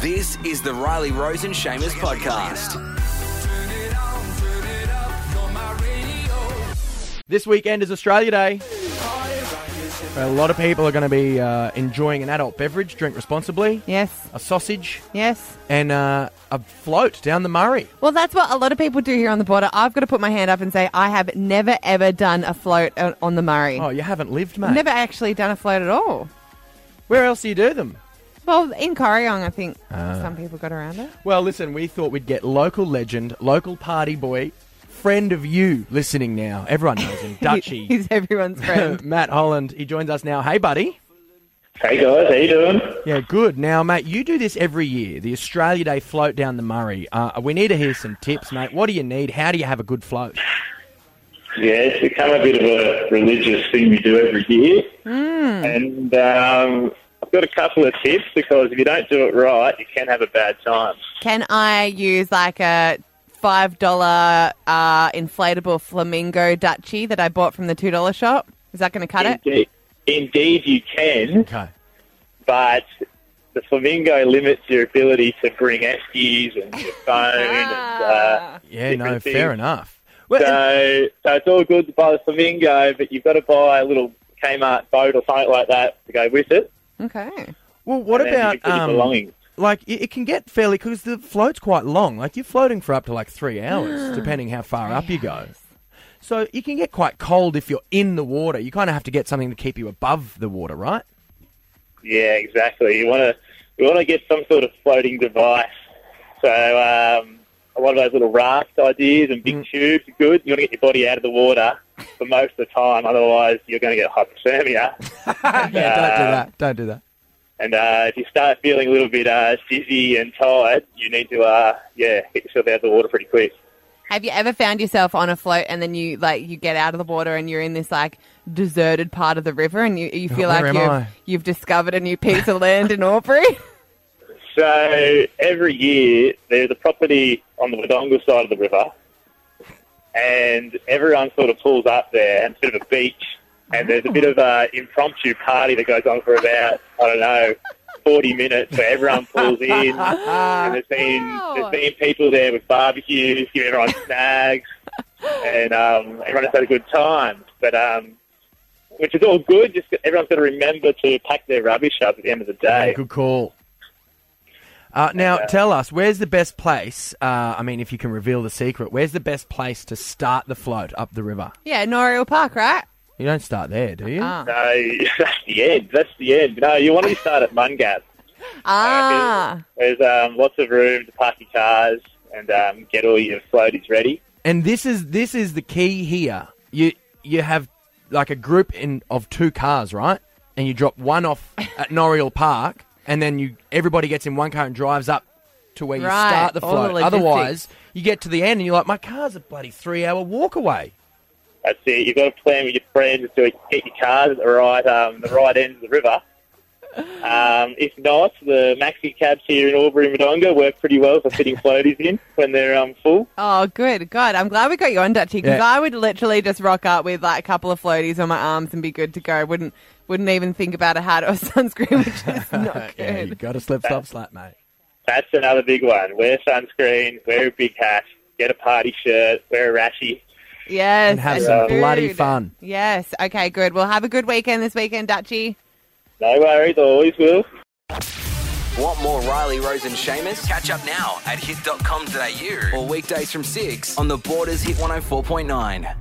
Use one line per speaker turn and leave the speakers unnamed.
This is the Riley Rose and Shamers podcast.
This weekend is Australia Day. A lot of people are going to be uh, enjoying an adult beverage, drink responsibly,
Yes,
a sausage,
yes.
and uh, a float down the Murray.
Well, that's what a lot of people do here on the border. I've got to put my hand up and say I have never ever done a float o- on the Murray.
Oh, you haven't lived, mate.
I've never actually done a float at all.
Where else do you do them?
Well, in Corryong, I think
Ah.
some people got around it.
Well, listen, we thought we'd get local legend, local party boy, friend of you listening now. Everyone knows him,
He-
Dutchie.
he's everyone's friend.
Matt Holland, he joins us now. Hey, buddy.
Hey guys, how you doing?
Yeah, good. Now, mate, you do this every year, the Australia Day float down the Murray. Uh, we need to hear some tips, mate. What do you need? How do you have a good float?
Yeah, it's become a bit of a religious thing we do every year,
Hmm.
and um, I've got a couple of tips because if you don't do it right, you can have a bad time.
Can I use like a five dollar uh, inflatable flamingo duchy that I bought from the two dollar shop? Is that going to cut it?
Indeed, indeed, you can,
Okay.
but the flamingo limits your ability to bring eskies and your phone. and, uh,
Yeah,
different
no,
things.
fair enough. Well, Ah. and-
So, so it's all good to buy the flamingo, but you've got to buy a little Kmart boat or something like that to go with it.
Okay.
well, what
and then you
about
can put your
um,
belongings?
like it, it can get fairly because the float's quite long. Like you're floating for up to like three hours, depending how far up you go. So you can get quite cold if you're in the water. You kind of have to get something to keep you above the water, right?
Yeah, exactly. You want to you want to get some sort of floating device. So um, a lot of those little raft ideas and big tubes are good. You want to get your body out of the water for most of the time, otherwise you're going to get hypothermia.
yeah, don't do that. Don't do that.
and uh, if you start feeling a little bit uh, dizzy and tired, you need to uh, yeah get yourself out of the water pretty quick.
Have you ever found yourself on a float and then you like you get out of the water and you're in this like deserted part of the river and you, you feel
Oh, Where
like
am
you've,
I?
you've discovered a new piece of land in Aubrey?
So every year there's a property on the Wodonga side of the river, and everyone sort of pulls up there and it's a bit of a beach, and there's a bit of a impromptu party that goes on for about I don't know. 40 minutes where everyone pulls in and there's been, there's been people there with barbecues giving everyone snags and um, everyone has had a good time but um, which is all good just everyone's got to remember to pack their rubbish up at the end of the day
Good call. Uh, now, tell us, where's the best place? Uh, I mean, if you can reveal the secret, where's the best place to start the float up the river?
yeah, Noriel Park, right?
You don't start there, do you?
Ah.
No, that's the end. That's the end. No, you want to start at Mungap.
Ah.
There's um, lots of room to park your cars and um, get all your floaties ready.
And this is this is the key here. You you have like a group in of two cars, right? And you drop one off at Noriel Park, and then you everybody gets in one car and drives up to where you
Right,
start the
all the
float.
logistics.
Otherwise, you get to the end and you're like, my car's a bloody three hour walk away.
That's it. You've got to plan with your friends to get your cars at the right um, the right end of the river. Um, if not, the maxi cabs here in Albury and Wodonga work pretty well for fitting floaties in when they're um, full.
Oh, good. God, I'm glad we got you on, Dutchie, because
Yeah.
I would literally just rock up with like a couple of floaties on my arms and be good to go. Wouldn't wouldn't even think about a hat or sunscreen, which is not
Yeah, you
good.
got to slip, slop, slap, mate.
That's another big one. Wear sunscreen, wear a big hat, get a party shirt, wear a rashy.
Yes.
And have some bloody
food.
fun.
Yes. Okay, good. Well, have a good weekend this weekend, Dutchie.
No worries, I always will.
Want more Riley Rose and Shamers? Catch up oh now at hit.com.au or weekdays from 6 on the Borders Hit 104.9.